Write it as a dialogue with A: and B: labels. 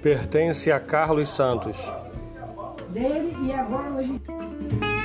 A: Pertence a Carlos Santos.
B: dele e agora hoje.